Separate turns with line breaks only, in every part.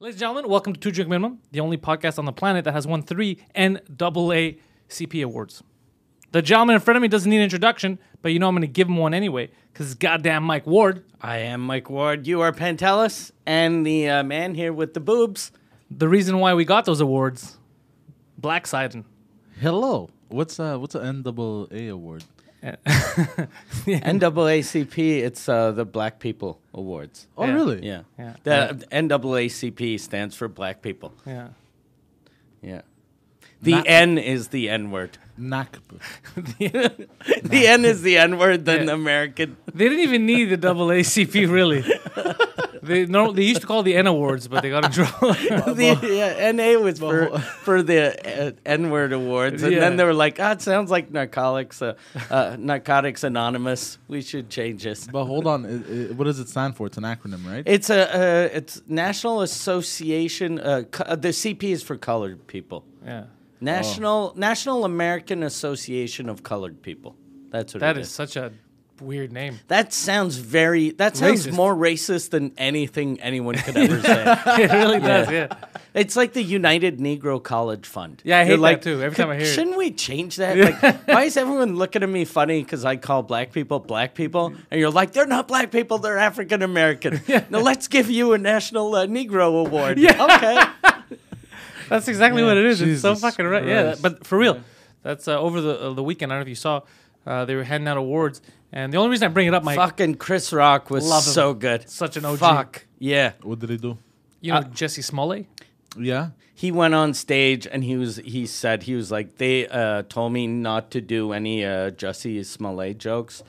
Ladies and gentlemen, welcome to Two Drink Minimum, the only podcast on the planet that has won three NAA CP awards. The gentleman in front of me doesn't need an introduction, but you know I'm going to give him one anyway, because it's goddamn Mike Ward,
I am Mike Ward. You are Pantelis, and the uh, man here with the boobs.
the reason why we got those awards, Black Sidon.
Hello. What's uh what's an NAA award?
NAACP. It's uh, the Black People Awards.
Oh really?
Yeah.
Yeah.
The NAACP stands for Black People.
Yeah.
Yeah. The
Not-
N is the N word.
NACP.
The N is the N word. Then
Yeah.
American.
They didn't even need the NAACP, really. they, norm- they used to call the N awards, but they got in trouble.
the yeah, NA was for, for the uh, N word awards, and
Yeah.
then they were like, "Ah, it sounds like narcotics, uh, uh, narcotics anonymous. We should change this."
But hold on, i i what does it stand for? It's an acronym, right?
It's a uh, it's National Association. Uh, co- uh, the CP is for colored people.
yeah. Oh.
National National American Association of Colored People. That's what
That
it
is such a weird name.
That sounds very. That sounds
Racist.
more racist than anything anyone could ever say.
It really does, yeah.
It's like the United Negro College Fund.
Yeah, I hate
You're
that
like,
too, every time I hear it.
Shouldn't we change that? Like, why is everyone looking at me funny because I call black people black people, and you're like, they're not black people, they're African American. Now let's give you a National uh, Negro Award. Okay.
That's exactly what it is. it's so
Jesus
fucking right. Yeah, that-
Christ.
but for real, that's uh, over the uh, the weekend. I don't know if you saw, uh, they were handing out awards, and the only reason I bring it up, Mike,
Fucking Chris Rock was
Love him.
so good.
Such an OG.
Fuck. Yeah.
What did they do?
you know Jesse Smollett.
Yeah.
He went on stage and he was he said he was like they uh, told me not to do any uh, Jesse Smollett jokes.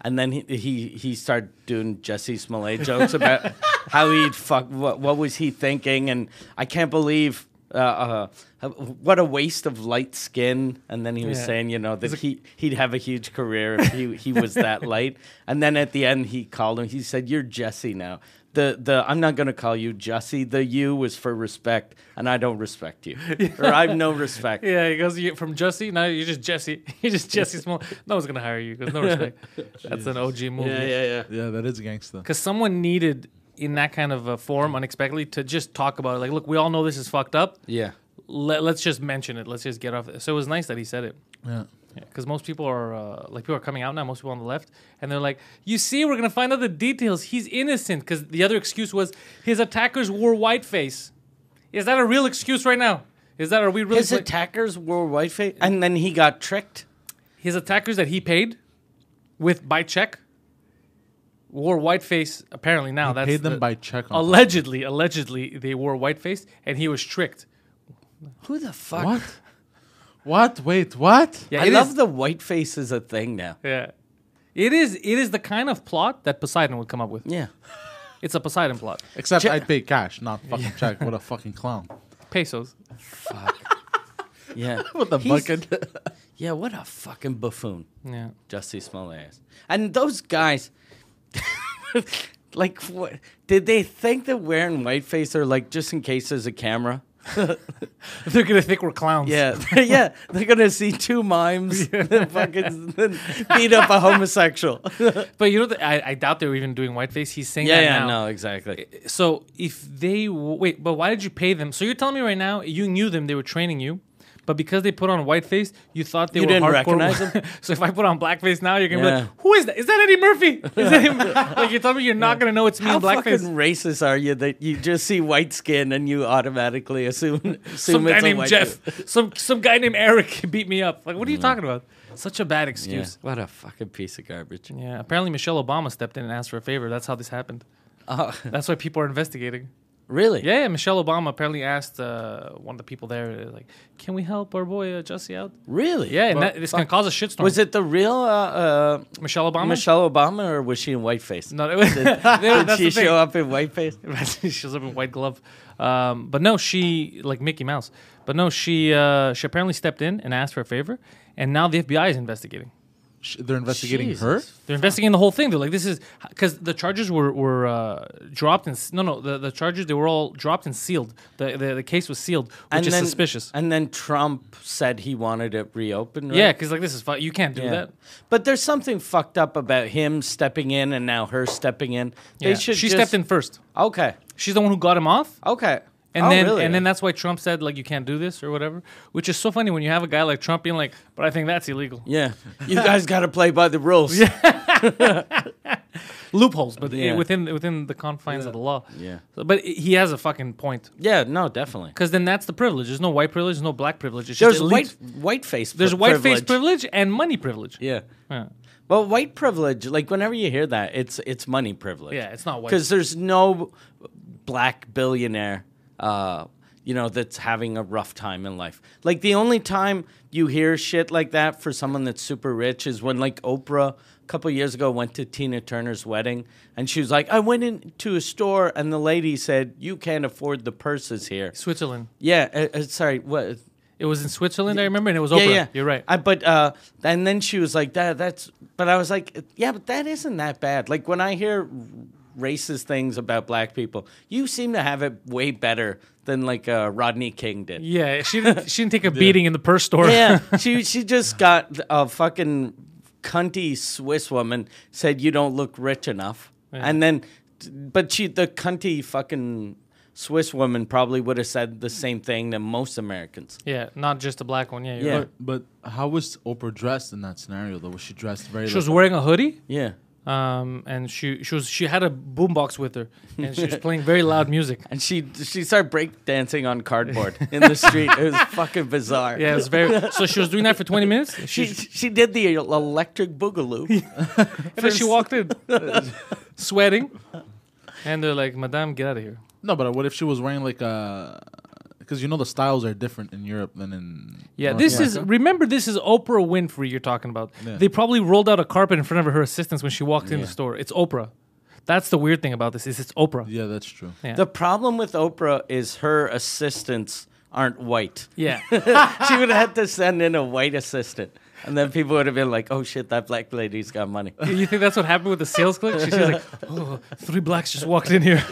And then he, he he started doing Jesse Smollett jokes about how he'd fuck what what was he thinking and I can't believe uh, uh, what a waste of light skin. And then he was
Yeah.
saying you know that he he'd have a huge career if he he was that light. And then at the end he called him. He said you're Jesse now. The the I'm not going to call you Jesse. The you was for respect, and I don't respect you, or I've no respect.
Yeah, he goes "You- from Jesse. Now you're just Jesse. You're just Jesse Smollett. No one's gonna hire you because no respect. that's an OG movie.
yeah, yeah. yeah.
Yeah, that is gangster.
because someone needed in that kind of a form unexpectedly to just talk about it. Like, look, we all know this is fucked up.
Yeah.
Let, let's just mention it. Let's just get off. So it was nice that he said it.
Yeah.
because most people are uh, like people are coming out now. Most people on the left, and they're like, "You see, we're gonna find out the details. He's innocent." Because the other excuse was his attackers wore whiteface. Is that a real excuse right now? Is that are we really
His
pla-
attackers wore white face, and then he got tricked.
his attackers that he paid with by check wore whiteface? Apparently now that's
Paid them
the-
by check on
allegedly. Allegedly, they wore whiteface, and he was tricked.
Who the fuck?
What? What? Wait, what?
Yeah,
I
it is-
love the white face is a thing now.
yeah. It is it is the kind of plot that Poseidon would come up with.
Yeah.
It's a Poseidon plot.
Except I'd pay cash, not fucking check. What a fucking clown.
Pesos.
Yeah.
What the
He's-
bucket?
Yeah, what a fucking buffoon.
Yeah.
Jussie Smollett. is. And those guys, like, what, did they think that wearing whiteface are like just in case there's a camera?
They're gonna think we're clowns.
Yeah, yeah, they're gonna see two mimes that fucking then beat up a homosexual.
but you know, that I, I doubt they were even doing whiteface. He's saying
yeah,
that
yeah,
now.
no, exactly.
So if they w- wait, but why did you pay them? So you're telling me right now you knew them, they were training you, but because they put on whiteface, you thought they
You
were
didn't
hardcore.
recognize them?
so if I put on blackface now, you're gonna
Yeah.
be like, who is that? Is that Eddie Murphy? Is that him? like you're telling me you're not gonna know it's me
How
in blackface.
fucking racist are you that you just see white skin and you automatically assume, assume
some guy
it's a
named
white
Jeff, some some guy named Eric beat me up. Like, what are you talking about? Such a bad
dude? Mm. Yeah.
excuse.
What a fucking piece of garbage.
Yeah.
Uh-huh.
Apparently, Michelle Obama stepped in and asked for a favor. That's how this happened. That's why people are investigating.
Really?
Yeah, yeah, Michelle Obama apparently asked uh, one of the people there, like, "Can we help our boy uh, Jussie out?"
Really?
Yeah, and that, it's gonna cause a shitstorm.
Was it the real uh, uh,
Michelle Obama?
Michelle Obama, or was she in whiteface?
No, it was,
Did
that's
she
the thing.
show up in whiteface?
she was up in white glove. Um, but no, she like Mickey Mouse. But no, she uh, she apparently stepped in and asked for a favor, and now the FBI is investigating.
Sh- they're investigating
Jesus.
her.
They're investigating the whole thing. They're like, this is because the charges were were uh, dropped and s- no no the, the charges they were all dropped and sealed. The the, the case was sealed, which is suspicious.
And then Trump said he wanted it reopened. Right?
yeah, because like this is fu- you can't do
Yeah.
that.
But there's something fucked up about him stepping in and now her stepping in. They
Yeah.
should.
she
just-
stepped in first.
Okay.
She's the one who got him off.
Okay.
And
Oh,
then
really?
and then that's why Trump said like you can't do this or whatever, which is so funny when you have a guy like Trump being like, but I think that's illegal.
yeah, you guys got to play by the rules.
Loopholes, but
Yeah.
eh, within within the confines of the law.
Yeah.
So, but he has a fucking point
yeah. No, definitely.
because then that's the privilege. There's no white privilege, no black privilege. It's
There's
just
white
elite.
white face.
There's white face privilege and money privilege.
Yeah.
Yeah.
Well, white privilege. Like whenever you hear that, it's it's money privilege.
Yeah, it's not white.
because there's no black billionaire. Uh, you know that's having a rough time in life. Like the only time you hear shit like that for someone that's super rich is when like Oprah a couple years ago went to Tina Turner's wedding and she was like, "I went into a store and the lady said you can't afford the purses here."
Switzerland.
Yeah, uh, uh, sorry, what
It was in Switzerland, I remember, and it was
yeah,
Oprah.
yeah,
You're right.
I, but uh, and then she was like, "That that's." But I was like, "Yeah, but that isn't that bad." Like when I hear racist things about black people, you seem to have it way better than like uh, Rodney King did.
yeah, she didn't, she didn't take a beating in the purse store.
Yeah, she she just got a fucking cunty Swiss woman said you don't look rich enough, and then, but she the cunty fucking. Swiss woman probably would have said the same thing to most Americans.
yeah, not just a black one. Yeah, you're
Yeah.
right.
But how was Oprah dressed in that scenario though? Was she dressed very?
She
like,
was wearing a hoodie.
Yeah.
um, and she she was she had a boombox with her, and she was playing very loud music.
And she she started break dancing on cardboard in the street. It was fucking bizarre.
Yeah, it was very. So she was doing that for twenty minutes. She
She she did the electric boogaloo.
and then she walked in, sweating, and they're like, "Madame, get out of here."
no, but what if she was wearing like a? Because you know the styles are different in Europe than in.
Oh, Yeah,
North
this is
America.
remember this is Oprah Winfrey you're talking about. They probably rolled out a carpet in front of her assistants when she walked in the store. It's Oprah. That's the weird thing about this is it's Oprah.
Yeah, that's true.
The problem with Oprah is her assistants aren't white.
Yeah.
She would have had to send in a white assistant. And then people would have been like, "Oh shit, that black lady's got money."
you think that's what happened with the sales click? She, she's like, oh, three blacks just walked in here.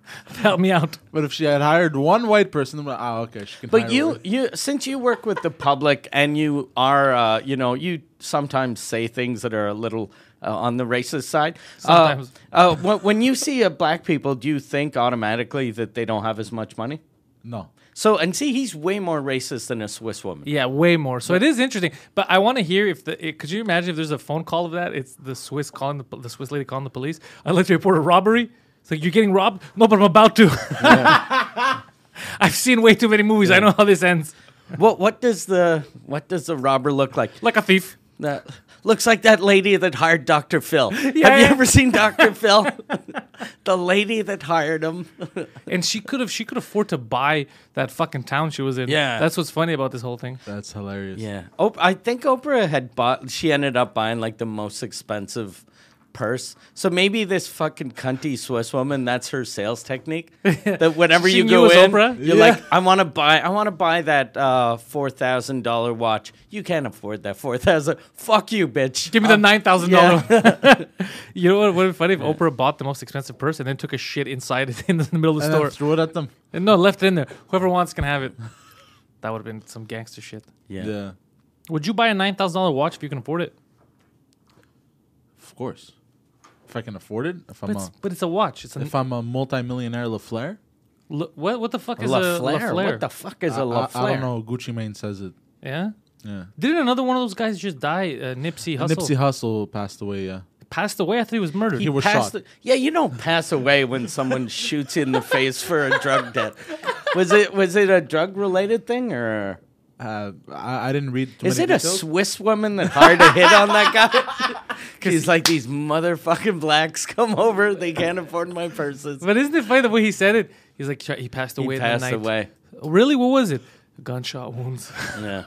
Help me out.
But if she had hired one white person, well, ah, okay, she can.
But
hire
you
one.
you since you work with the public and you are uh, you know you sometimes say things that are a little uh, on the racist side. Uh,
Sometimes.
uh, when, when you see uh, black people, do you think automatically that they don't have as much money?
no.
So and see, he's way more racist than a Swiss woman.
Yeah, way more. So it is interesting. But I want to hear if the it, could you imagine if there's a phone call of that? It's the Swiss calling the, pol- the Swiss lady calling the police. I'd like to report a robbery. It's like you're getting robbed. No, but I'm about to. I've seen way too many movies. I know how this ends.
What what does the what does the robber look like?
Like a thief.
That looks like that lady that hired Dr. Phil. Have you
yeah.
ever seen Dr. Phil? the lady that hired him.
And she could have she could afford to buy that fucking town she was in.
Yeah.
That's what's funny about this whole thing.
That's hilarious.
Yeah. Op- I think Oprah had bought, she ended up buying like the most expensive purse. So maybe this fucking cunty Swiss woman, that's her sales technique. that whenever
She
you
knew
go
it was
in,
Oprah?
you're
Yeah.
like, I want to buy, I want to buy that uh, $4,000 watch. You can't afford that 4000 Fuck you, bitch.
Give me the
Um,
nine thousand
yeah.
dollar. You know what would be funny if Oprah bought the most expensive purse and then took a shit inside in the middle of the
And
store.
then threw it at them.
And no, left it in there. Whoever wants can have it. That would have been some gangster shit.
Yeah.
yeah.
Would you buy a nine thousand dollar watch if you can afford it?
Of course. If I can afford it, if I'm
But it's,
a,
but it's a watch. It's a
if I'm a multimillionaire LaFleur,
l- what? What the fuck is
La
a
Flair.
Lafleur?
What the fuck is a
I-
La
I, I
Flair?
don't know. Gucci Mane says it.
yeah.
Yeah.
Didn't another one of those guys just die? Uh, Nipsey Hussle
Nipsey Hussle passed away. Yeah.
passed away. I thought he was murdered.
He was
Pass
shot.
the, yeah, you don't pass away when someone shoots you in the face for a drug debt. Was it was it a drug related thing or
Uh, I, I didn't read. Too
is
many
it a
details.
Swiss woman that hired a hit on that guy? He's like these motherfucking blacks come over, they can't afford my purses.
but isn't it funny the way he said it? He's like, he passed
He
away. that
passed
night.
away.
Really? What was it? Gunshot wounds.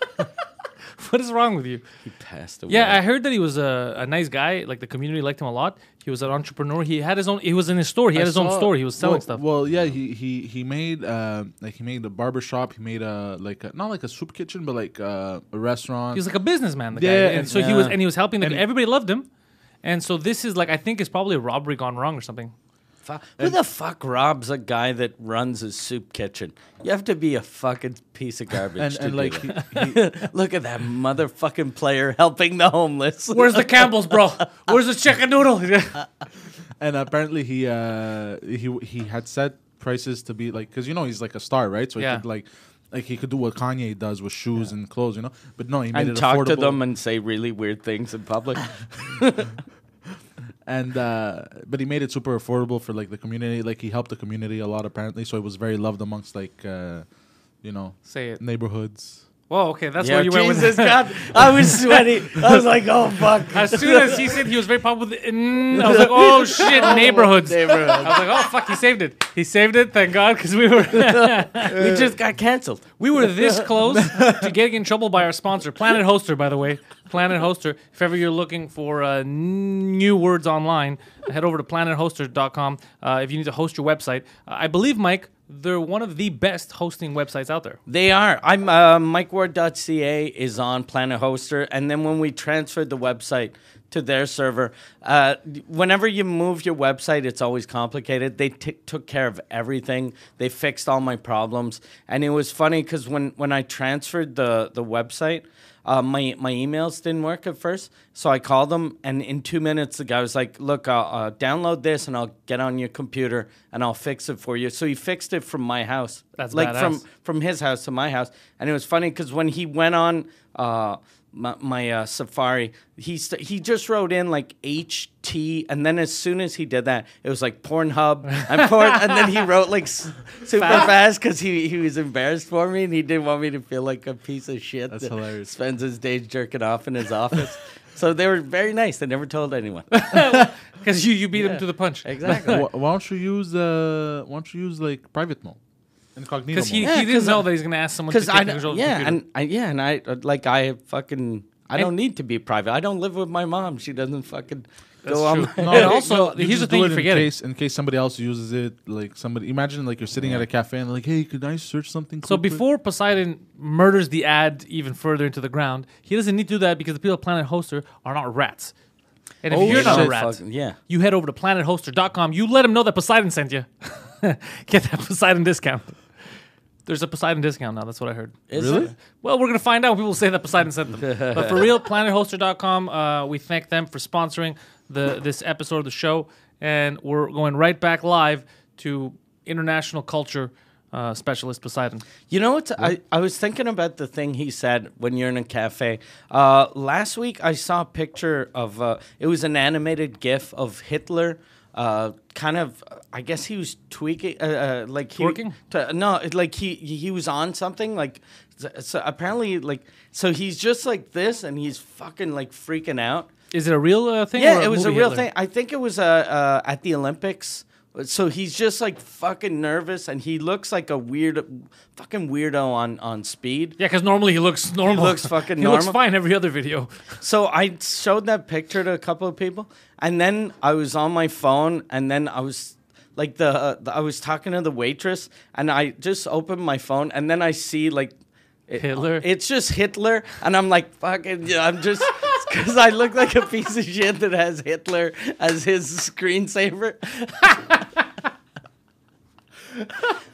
Yeah,
what is wrong with you?
he passed away.
Yeah, I heard that he was a, a nice guy. Like the community liked him a lot. He was an entrepreneur. He had his own. He was in his store. He had his own store. He was selling
well,
stuff.
Well, yeah, he he he made uh, like he made a barber shop. He made a like a, not like a soup kitchen, but like uh, a restaurant.
he was like a businessman. The
Yeah,
guy. And so he
yeah.
was, and he was helping. The,
And-
everybody loved him. And so this is like, I think it's probably a robbery gone wrong or something.
Fu- Who the fuck robs a guy that runs a soup kitchen? You have to be a fucking piece of garbage.
and
to
and
do
like
that.
he,
Look at that motherfucking player helping the homeless.
Where's the Campbell's, bro? Where's the chicken noodle?
and apparently he uh he he had set prices to be like because you know he's like a star right so
Yeah.
he could like like he could do what Kanye does with shoes and clothes you know but no he made
and
it
talk
affordable
to them and say really weird things in public.
and uh but he made it super affordable for like the community like he helped the community a lot apparently so it was very loved amongst like uh you know
Say it.
neighborhoods
Whoa, okay, that's where you went with
Jesus God, I was sweaty. I was like, oh fuck.
As soon as he said he was very popular, with the- mm, I was like, oh shit, neighborhoods. I was like, oh fuck, he saved it. He saved it, thank God, because we were
we just got canceled.
we were this close to getting in trouble by our sponsor, Planet Hoster, by the way. Planet Hoster. If ever you're looking for uh, n- new words online, head over to planethoster.com uh, if you need to host your website. Uh, I believe, Mike, they're one of the best hosting websites out there.
They are. I'm uh, MikeWard.ca is on Planet Hoster, and then when we transferred the website to their server, uh, whenever you move your website, it's always complicated. They t- took care of everything. They fixed all my problems, and it was funny because when when I transferred the the website. Uh, my my emails didn't work at first, so I called them, and in two minutes the guy was like, "Look, I'll uh, download this, and I'll get on your computer, and I'll fix it for you." So he fixed it from my house,
That's
like from
badass.
from his house to my house, and it was funny because when he went on uh, my, my uh, Safari, he st- he just wrote in like HT, and then as soon as he did that, it was like Pornhub and porn, and then he wrote like s- super fast because he he was embarrassed for me and he didn't want me to feel like a piece of shit.
That's
that
hilarious.
Spends his days jerking off in his office. So they were very nice. They never told anyone.
Because you, you beat him to the punch.
Exactly.
Wh- why don't you use uh why don't you use like private mode incognito
Because
mode
he, he didn't know that he's going to ask someone to
Because
take
I
control of the
don't- yeah,
computer.
and I, yeah, and I uh, like I fucking I
And-
don't need to be private. I don't live with my mom. She doesn't fucking go
true.
on. my-
No, and also,
you
here's
just
the thing
do
you
it in
forget it.
case, in case somebody else uses it. Like somebody, imagine like you're sitting at a cafe and like, hey, could I search something?
So
quick, quick?"
before Poseidon murders the ad even further into the ground, he doesn't need to do that because the people at Planet Hoster are not rats. And if
Oh,
you're not a
shit.
rat,
Fucking- yeah.
you head over to planethoster.com. You let them know that Poseidon sent you. Get that Poseidon discount. There's a Poseidon discount now. That's what I heard.
Is
Really?
it?
Well, we're gonna find out. when People say that Poseidon sent them, but for real, PlanetHoster.com. Uh, we thank them for sponsoring the this episode of the show, and we're going right back live to international culture uh, specialist Poseidon.
You know what? I, I was thinking about the thing he said when you're in a cafe. Uh, last week, I saw a picture of uh, it was an animated GIF of Hitler. Uh, kind of, I guess he was tweaking, uh, uh, like he,
Twerking?
to- no, it- like he he was on something. Like so- so, apparently, like so he's just like this, and he's fucking like freaking out.
Is it a real uh, thing?
Yeah,
or
it was a
movie
real
Hitler?
thing. I think it was uh, uh, at the Olympics. So he's just like fucking nervous, and he looks like a weird, fucking weirdo on on speed.
Yeah, because normally he looks normal.
looks fucking
he looks
normal.
fine every other video.
So I showed that picture to a couple of people, and then I was on my phone, and then I was like the, uh, the I was talking to the waitress, and I just opened my phone, and then I see like it-
Hitler?
It's just Hitler, and I'm like fucking. Yeah, I'm just because I look like a piece of shit that has Hitler as his screensaver.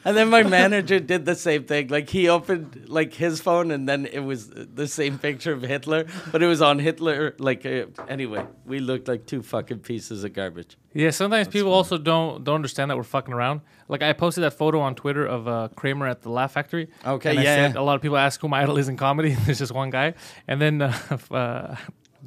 And then my manager did the same thing. Like he opened like his phone, and then it was the same picture of Hitler, but it was on Hitler. Like uh, anyway, we looked like two fucking pieces of garbage.
Yeah, sometimes people also don't don't understand that we're fucking around. Like I posted that photo on Twitter of uh, Kramer at the Laugh Factory.
Okay,
and I
yeah,
said,
yeah.
A lot of people ask who my idol is in comedy. There's just one guy, and then uh, f- uh,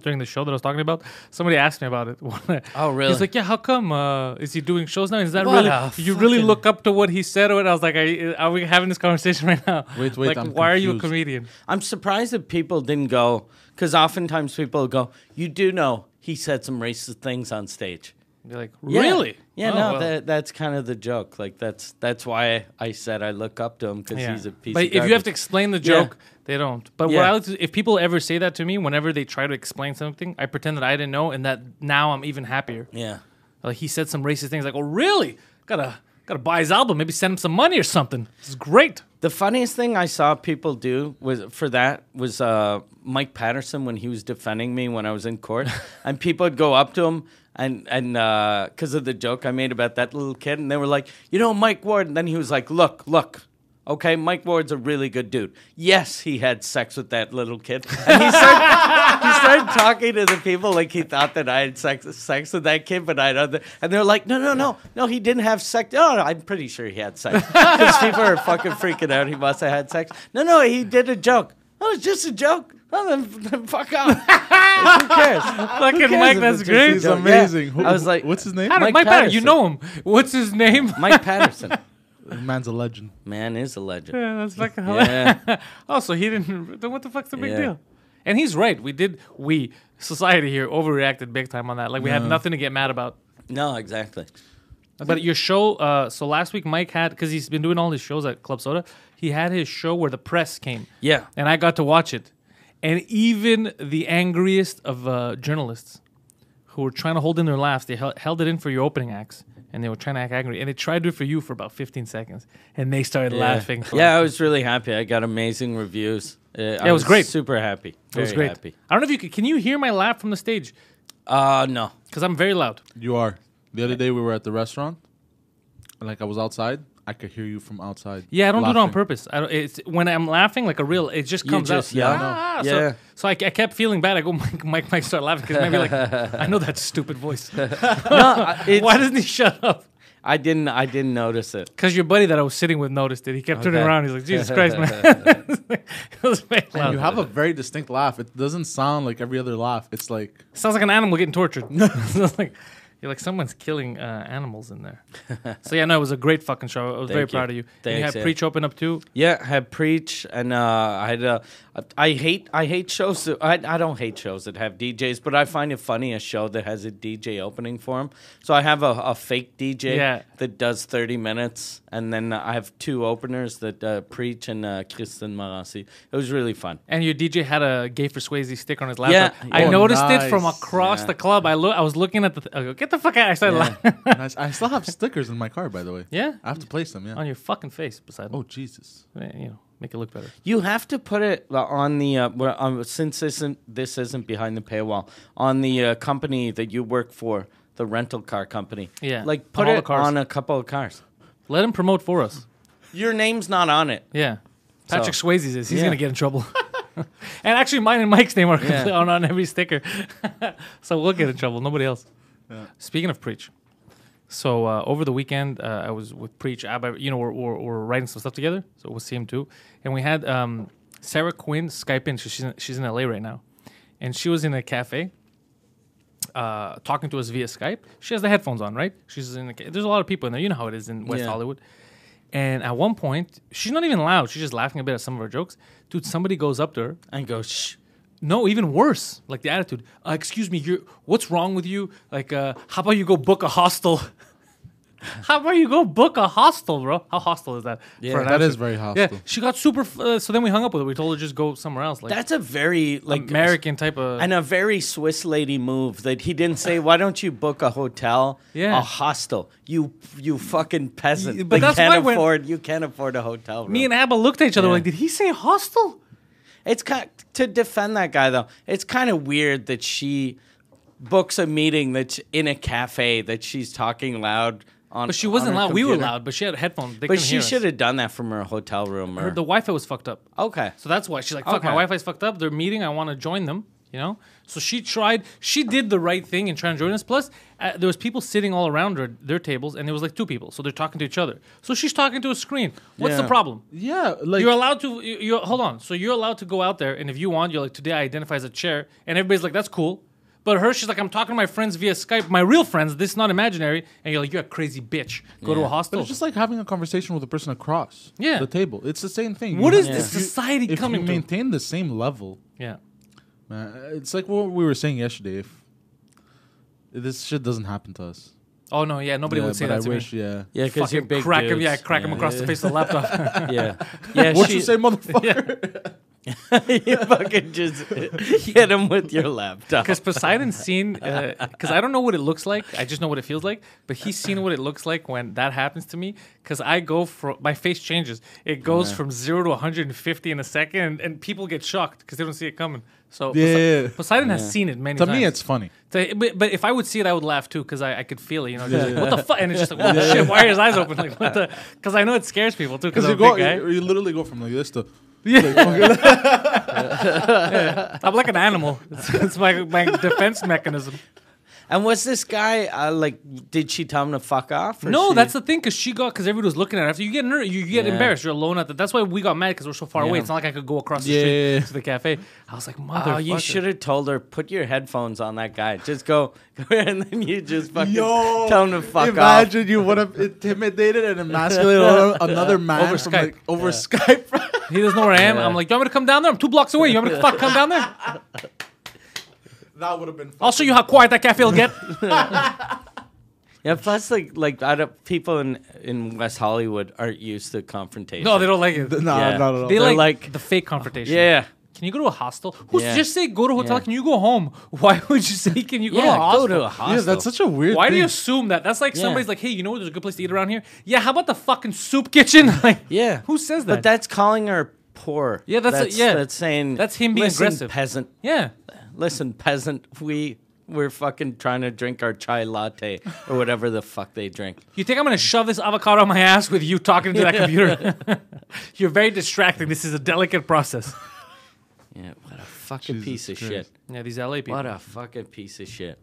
during the show that I was talking about, somebody asked me about it.
Oh, really?
He's like, yeah, how come uh, is he doing shows now? Is that
What
really
a
you really
fucking-
look up to what he said? Or what? I was like, are, are we having this conversation right now?
Wait, wait,
like,
I'm
why are you a
confused.
comedian?
I'm surprised that people didn't go because oftentimes people go, "You do know he said some racist things on stage."
You're like,
Yeah.
really?
Yeah,
Oh,
no,
well.
that, that's kind of the joke. Like that's that's why I said I look up to him because
Yeah.
he's a piece.
But
of
if you have
garbage.
to explain the
Yeah.
joke, they don't. But what
Yeah.
I like to, if people ever say that to me, whenever they try to explain something, I pretend that I didn't know, and that now I'm even happier.
yeah,
Like he said some racist things, like, "Oh, really? Gotta gotta buy his album. Maybe send him some money or something. This is great."
the funniest thing I saw people do was for that was uh, Mike Patterson when he was defending me when I was in court, and people would go up to him and and because of the joke I made about that little kid, and they were like, you know, Mike Ward, and then he was like, look, look. Okay, Mike Ward's a really good dude. Yes, he had sex with that little kid. And he started, he started talking to the people like he thought that I had sex, sex with that kid, but I don't. And they're like, no, no, no, no, he didn't have sex. "Oh, No, no, I'm pretty sure he had sex. Because people are fucking freaking out. He must have had sex. No, no, he did a joke. Oh, it's just a joke. Oh, then, then fuck off. Who cares?
Fucking
cares
Mike,
if
that's
it's just
great.
He's
Yeah.
amazing. Who,
I was like-
what's his name?
How did Mike,
Mike
Patterson. You
Patterson.
know him. What's his name?
Mike Patterson.
The man's a legend.
Man is a legend.
that's fucking hilarious.
Yeah.
Oh, so he didn't. Then what the fuck's the big
Yeah.
deal? And he's right. We did. We society here overreacted big time on that. Like we had nothing to get mad about.
No, exactly.
But your show, uh, so last week Mike had because he's been doing all his shows at Club Soda. He had his show where the press came.
Yeah.
and I got to watch it, and even the angriest of uh, journalists who were trying to hold in their laughs, they hel- held it in for your opening acts, and they were trying to act angry, and they tried to do it for you for about 15 seconds, and they started
Yeah.
laughing.
Yeah, I was really happy. I got amazing reviews. Uh, I
it was great.
Super happy.
it
Very
was great.
Happy.
I don't know if you could, can you hear my laugh from the stage
Uh, no.
because I'm very loud.
You are. The other day we were at the restaurant, and like I was outside, I could hear you from outside.
Yeah, I don't do it on
laughing.
purpose. I don't, it's when I'm laughing like a real. It just comes
just
out.
yell.
Ah,
Yeah.
So,
Yeah.
so I, I kept feeling bad. I go, Mike, Mike, Mike, start laughing because maybe like I know that stupid voice. Why doesn't he shut up?
I didn't. I didn't notice it.
Because your buddy that I was sitting with noticed it. He kept turning
Okay.
around. He's like, Jesus Christ, man. it was very loud.
You have a very distinct laugh. It doesn't sound like every other laugh. It's like
Sounds like an animal getting tortured. It's like, you're like someone's killing uh, animals in there. so yeah, no, it was a great fucking show. I was very
Thank you.
proud of you. and you
Thanks,
had
yeah.
Preach open up too.
Yeah, I had preach and uh, I had. Uh, I I hate. I hate shows. That, I I don't hate shows that have DJs, but I find it funny a show that has a DJ opening for them. So I have a, a fake DJ
Yeah.
that does thirty minutes, and then I have two openers that uh, preach and uh, Kristen Marasi. It was really fun.
And your DJ had a Gay for Swayze sticker on his
Yeah.
laptop. I
Oh,
noticed it from
nice.
across the club. I look. I was looking at the. Th- I go, Get the fuck out! I started laughing
nice. I still have stickers in my car, by the way.
Yeah?
I have to place them. Yeah.
on your fucking face. Beside, eh,
Oh Jesus.
you know, make it look better.
You have to put it on the uh, well, um, since this isn't this isn't behind the paywall on the uh, company that you work for, the rental car company.
Yeah, on
like put
all the
it
cars.
on a couple of cars.
Let him promote for us.
Your name's not on it.
Yeah,
So-
Patrick Swayze's is. He's
Yeah.
gonna get in trouble. and actually, mine and Mike's name are
Yeah.
on on every sticker, so we'll get in trouble. Nobody else. Speaking of preach, so uh, over the weekend uh, I was with preach. Abba, you know, we're, we're, we're writing some stuff together, so we'll see him too. And we had um, Sarah Quinn Skype in. So she's in, she's in LA right now, and she was in a cafe. Uh, talking to us via Skype, she has the headphones on, right? She's in. The ca- There's a lot of people in there. You know how it is in West
Yeah.
Hollywood. And at one point, she's not even loud. She's just laughing a bit at some of her jokes. Dude, somebody goes up to her.
I go shh.
No, even worse. Like the attitude. Uh, excuse me, you're, what's wrong with you? Like, uh, how about you go book a hostel? how about you go book a hostel, bro? How hostile is that? Yeah,
that is very hostile.
Yeah, she got super. f- Uh, so then we hung up with her. We told her just go somewhere else. Like
That's a very like
American type of.
and a very Swiss lady move that he didn't say. Why don't you book a hotel?
Yeah.
a hostel. You you fucking peasant.
Y- but
They
that's
can't
why when-
afford. You can't afford a hotel. Room.
me and Abba looked at each other
Yeah.
like, did he say hostel?
It's kind to defend that guy though. It's kind of weird that she books a meeting that's in a cafe that she's talking loud on.
But she
on
wasn't
her
loud. We were
computer.
loud, but she had headphones. They
But
couldn't
she
hear us.
should have done that from her hotel room. Or,
Her- The Wi-Fi was fucked up.
okay,
So that's why she's like, fuck, my
Okay.
Wi-Fi's fucked up. They're meeting. I want to join them. You know. So she tried. She did the right thing in trying to join us. Plus, uh, there was people sitting all around her, their tables, and there was like two people. So they're talking to each other. So she's talking to a screen. What's the
Yeah.
problem?
Yeah. Like
You're allowed to. You, you're hold on. So you're allowed to go out there, and if you want, you're like, today I identify as a chair, and everybody's like, that's cool. But her, she's like, I'm talking to my friends via Skype, my real friends. This is not imaginary. And you're like, you're a crazy bitch. Go to a
But
hostel.
it's just like having a conversation with a person across
Yeah.
the table. It's the same thing.
What
You-
is this
if you-
society
if
coming
you
to?
maintain the same level,
yeah.
man, it's like what we were saying yesterday. If this shit doesn't happen to us,
Oh no, yeah, nobody
Yeah,
would say
but
that
I
to
wish,
me.
yeah.
Yeah, because you're
Fucking
big.
crack him,
dudes.
yeah, crack him across the face of the laptop.
Yeah, yeah.
What
she,
you say, motherfucker?
you fucking just hit him with your laptop.
Because Poseidon's seen, because I don't know what it looks like. I just know what it feels like. But he's seen what it looks like when that happens to me. Because I go from, my face changes. It goes from zero to 150 in a second, and, and people get shocked because they don't see it coming. So Pose-
Yeah.
Poseidon has seen it many
To
times.
me, it's funny.
To- but, but if I would see it, I would laugh too because I, I could feel it. You know, just like, what the fuck? And it's just like, what the shit? Why are his eyes open? Like, what the? Because I know it scares people too. Because
Because
I'm
you
a
go,
big guy.
you, you literally go from like this to
I'm like an animal. It's, it's my my defense mechanism.
And was this guy uh, like? Did she tell him to fuck off? or
No,
she-
that's the thing because she got because everybody was looking at her. After you get ner- you, you get
Yeah.
embarrassed. You're alone at that. That's why we got mad because we're so far away.
Yeah.
It's not like I could go across the
Yeah.
street to the cafe. I was like, mother,
Oh, you should have told her. Put your headphones on that guy. Just go, go ahead," and then you just fucking tell him to fuck off.
imagine you would have intimidated and emasculated another- another man
Over
from,
Skype.
like, over Skype.
He doesn't know where I am. I'm like, you want me to come down there? I'm two blocks away. You want me to fuck come down there?
that would have been.
I'll show you how quiet that cafe will get.
Yeah, plus like like I don't, people in in West Hollywood aren't used to confrontation.
No, they don't like it. They
Nah,
Yeah.
not at all.
They-
like,
like-
the fake confrontation.
Yeah,
Can you go to a hostel? Who's
Yeah.
just say go to a hotel?
Yeah.
Can you go home? Why would you say can you go
yeah.
to a hostel?
Go to a
yeah,
hostel.
that's such a weird.
Why do you
thing.
assume that? That's like
Yeah.
somebody's like, hey, you know what? There's a good place to eat around here. Yeah, how about the fucking soup kitchen? Like,
yeah.
who says that?
But that's calling her poor.
Yeah, that's a- yeah.
That's saying
That's him being
"Listen,
aggressive."
Peasant,
yeah,
listen, peasant. We we're fucking trying to drink our chai latte or whatever the fuck they drink.
you think I'm gonna shove this avocado on my ass with you talking to that computer? You're very distracting. This is a delicate process.
Yeah, what a fucking
Jesus
piece of
Christ.
shit.
Yeah, these LA people.
What a fucking piece of shit.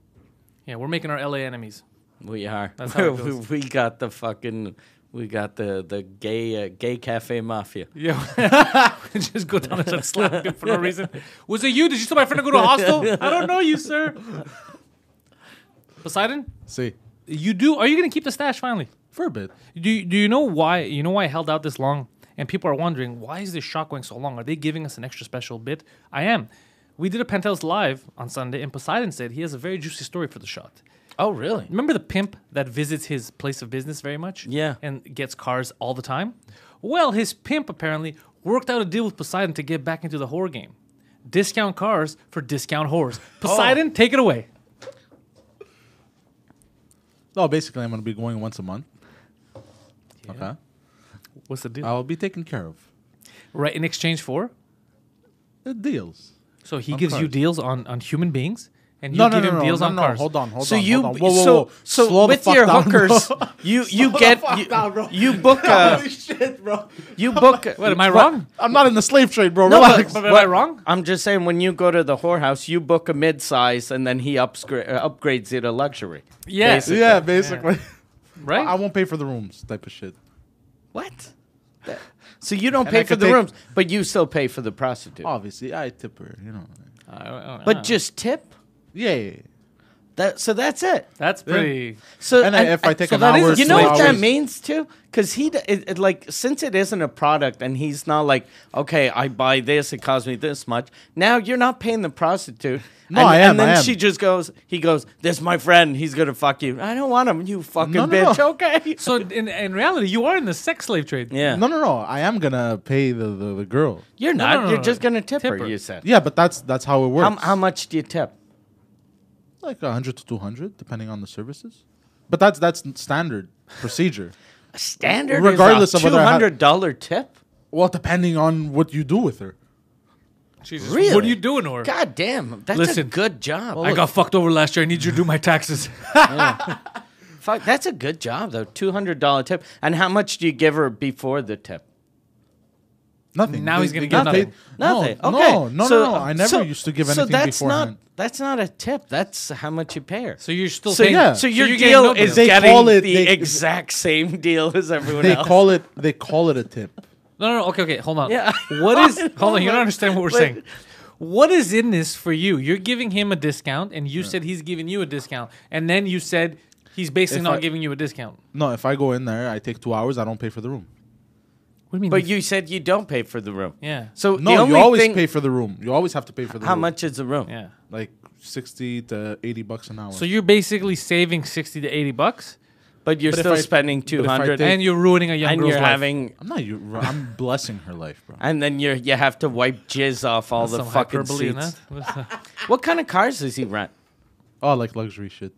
yeah, we're making our LA enemies.
We are.
That's how it
we,
goes.
we got the fucking. We got the the gay uh, gay cafe mafia.
Yeah, just go down and start slapping him for no reason. Was it you? Did you tell my friend to go to a hostel? I don't know you, sir. Poseidon,
See,
you do. Are you gonna keep the stash finally?
for a bit.
Do do you know why? You know why I held out this long? And people are wondering why is this shot going so long? Are they giving us an extra special bit? I am. We did a Penthouse live on Sunday, and Poseidon said he has a very juicy story for the shot.
Oh, really?
Remember the pimp that visits his place of business very much?
Yeah.
And gets cars all the time? Well, his pimp apparently worked out a deal with Poseidon to get back into the whore game. Discount cars for discount whores. Poseidon, take it away.
No, Oh, basically, I'm gonna be going once a month. Okay,
What's the deal?
I'll be taken care of.
right, in exchange for?
The deals.
So he
On
gives you
cars.
deals on, on human beings, and you
No, no,
give
no,
him
no,
deals
no,
on
no.
cars.
Hold on, hold
so
on.
you
hold on. Whoa, whoa,
so
whoa.
so
Slow the
with
fuck
your
down, bro.
hookers, uh, you you get you, you book a
shit, bro.
you book. a-
What, am I
what-
wrong?
I'm not in the slave trade, bro.
No,
Relax.
but-
Am I
what-
wrong?
I'm just saying when you go to the whorehouse, you book a mid-size, and then he upsgra- uh, upgrades you to luxury.
Yeah.
basically.
yeah, basically.
Right?
I won't pay for the rooms, type of shit.
What? That- So you don't
And I
pay Oh. for
could
the
take-
rooms, but you still pay for the prostitute.
Obviously, I tip her. You know.
But just tip.
Yeah. yeah, yeah.
That so that's it.
that's pretty.
So
And I- if I take
so
an
that is-
hour,
you
two
know what that
hours-
means too? Because he d- it, it, like since it isn't a product, and he's not like okay, I buy this, it cost me this much. Now you're not paying the prostitute.
No,
and,
I am,
And then
I am.
she just goes, he goes, this my friend. He's gonna fuck you. I don't want him. You fucking
No, no,
bitch.
no.
Okay.
So in, in reality, you are in the sex slave trade.
Yeah.
No, no, no. I am gonna pay the, the, the girl.
you're
No,
not.
no, no,
you're
no.
just gonna tip,
Tip her.
her. You said.
Yeah, but that's that's how it works.
How, how much do you tip?
Like 100 to 200, depending on the services. But that's that's standard procedure.
A standard
Regardless
regardless
of
is a two
whether I have-
hundred dollar tip.
well, depending on what you do with her.
Jesus,
Really?
What are you doing, or?
God damn, that's a
Listen.
good job.
I got fucked over last year. I need you to do my taxes.
Fuck, that's a good job though. Two hundred dollar tip. And how much do you give her before the tip?
Nothing.
Now he's gonna
get
give nothing.
Nothing.
No,
okay.
no, no,
So-
no, I never
so-
used to give
so
anything
that's
beforehand.
Not, that's not a tip. That's how much you pay her.
So you're still
so,
paying-
yeah.
so
so your
you're getting
deal
no
is
deal.
They
getting
call it-
the
they-
exact same deal as everyone
They
else.
call it they call it a tip.
No, no, no. Okay, okay. Hold on.
Yeah.
What is? Hold on. You don't
Like-
understand what we're
like-
saying. What is in this for you? You're giving him a discount, and you said he's giving you a discount, and then you said he's basically
If
not
I-
giving you a discount.
No, if I go in there, I take two hours. I don't pay for the room.
What do you mean?
But you said you don't pay for the room.
Yeah.
So the
No,
only
you always
thing,
pay for the room. You always have to pay for the
How
room.
much is the room?
yeah.
Like sixty to eighty bucks an hour.
So you're basically saving sixty to eighty bucks,
But you're
But if
still
I-
spending
but if I
two hundred,
take-
and,
and you're ruining a young
and
girl's
you're
life.
having,
I'm not. You, I'm blessing her life, bro.
and then you you have to wipe jizz off all the
some
fucking
hyperbole in
seats.
that. What's that?
What kind of cars does he rent?
Oh, like luxury shit.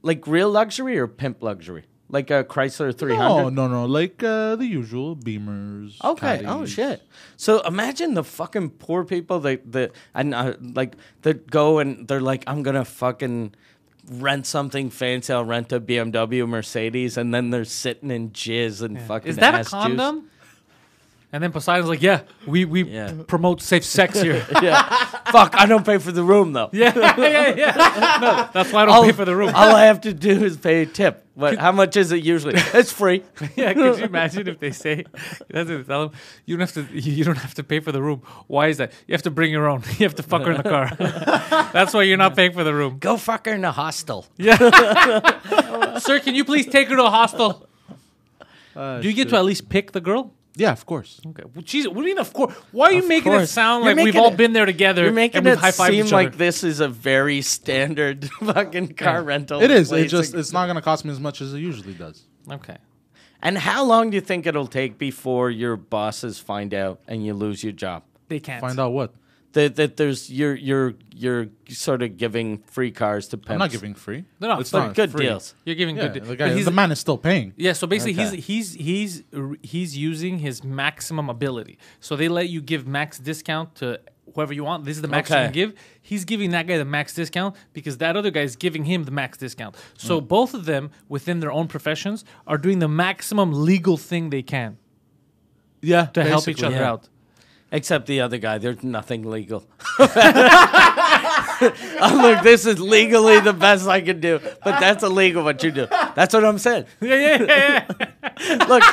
Like real luxury or pimp luxury? Like a Chrysler three hundred?
No, no, no. Like uh, the usual Beamers.
Okay. Oh
Caddies.
shit. So imagine the fucking poor people that that and uh, like that go and they're like, I'm gonna fucking rent something fancy. I'll rent a BMW, Mercedes, and then they're sitting in jizz and fucking.
Is that a
ass juice.
condom? And then Poseidon's like, yeah, we we
Yeah.
p- promote safe sex here.
Fuck! I don't pay for the room though.
yeah, yeah, yeah. No, that's why I don't pay for the room.
All I have to do is pay a tip. But how much is it usually? It's free.
yeah, could you imagine if they say that's what they tell them you don't have to you don't have to pay for the room. Why is that? You have to bring your own. You have to fuck her in the car. that's why you're not paying for the room.
Go fuck her in a hostel.
Sir, can you please take her to a hostel?
Ah,
Uh,
Do you get to at least pick the girl?
Yeah, of course.
Oh,
Okay. Well, Jesus, what do you mean? Of course. Why are you
Of
making it
course.
sound
You're
like we've
making
all
it-
been there together?
You're making
and we've
it
high-fived
seem
each
like
other?
this is a very standard fucking car rental.
It is. It
place.
just. It's not gonna cost me as much as it usually does.
Okay.
And how long do you think it'll take before your bosses find out and you lose your job?
They can't
Find out what.
That, that there's you're you're you're sort of giving free cars to pimps.
I'm not giving free.
No, no,
it's
but
not
good
free.
deals.
You're giving
Yeah,
good.
the,
but
guy,
he's-
the man is still paying.
Yeah, so basically
Okay.
he's he's he's r- he's using his maximum ability. So they let you give max discount to whoever you want. This is the max you
Okay.
can give. He's giving that guy the max discount because that other guy is giving him the max discount. So
Mm.
both of them within their own professions are doing the maximum legal thing they can
Yeah,
to help each other
yeah.
out.
Except the other guy, there's nothing legal. I'm like, this is legally the best I can do, but that's illegal what you do. That's what I'm saying.
Yeah, yeah, yeah. yeah.
Look,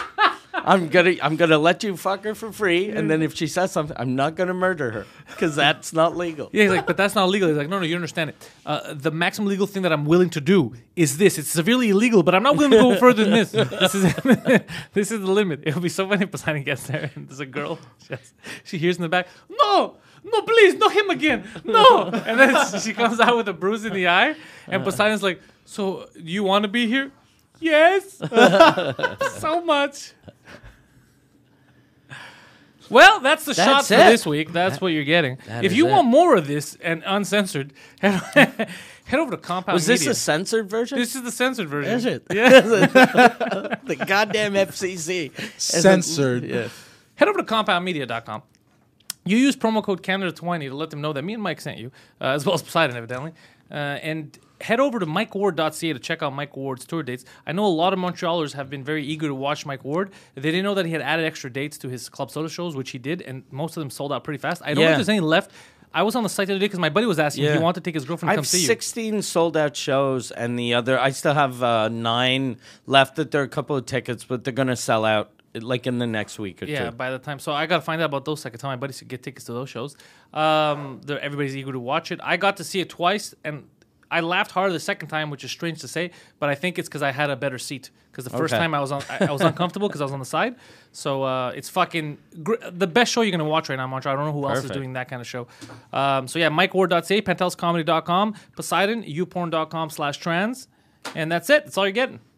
I'm gonna I'm gonna let you fuck her for free, and then if she says something, I'm not gonna murder her because that's not legal.
yeah, he's like, but that's not legal. He's like, no, no, you understand it. Uh, the maximum legal thing that I'm willing to do is this. It's severely illegal, but I'm not willing to go further than this. This is this is the limit. It'll be so funny if Poseidon gets there and there's a girl. She, has- she hears in the back, no, no, please, not him again, no. And then she comes out with a bruise in the eye, and Poseidon's like, so do you want to be here? Yes, so much. Well, that's the shot
That's
for
it.
this week. That's what you're getting.
that
If
is
you
it.
want more of this and uncensored, head, head over to Compound
Was this
Media.
a censored version?
this is the censored version.
Is it?
Yeah.
the goddamn FCC.
Censored.
Yeah.
head over to compoundmedia.com. You use promo code Canada20 to let them know that me and Mike sent you, uh, as well as Poseidon, evidently. Uh, and head over to MikeWard.ca to check out Mike Ward's tour dates. I know a lot of Montrealers have been very eager to watch Mike Ward. They didn't know that he had added extra dates to his Club Soda shows, which he did, and most of them sold out pretty fast. I don't
Yeah.
think there's any left. I was on the site the other day because my buddy was asking if
Yeah.
he wanted to take his girlfriend
I
to come
have
see
16 sold out shows, and the other, I still have uh, nine left. That there are a couple of tickets, but they're going to sell out like in the next week or
you. Yeah,
two.
by the time. So I got to find out about those. So I can tell my buddies to get tickets to those shows. Um, they're- everybody's eager to watch it. I got to see it twice, and I laughed harder the second time, which is strange to say, but I think it's because I had a better seat. Because the first
Okay.
time I was on, I, I was uncomfortable because I was on the side. So uh, it's fucking gr- the best show you're gonna watch right now, in Montreal. I don't know who else is
Perfect.
doing that kind of show. Um, so yeah, MikeWard.ca, PentelsComedy.com, Poseidon, YouPorn.com/trans, and that's it. That's all you're getting.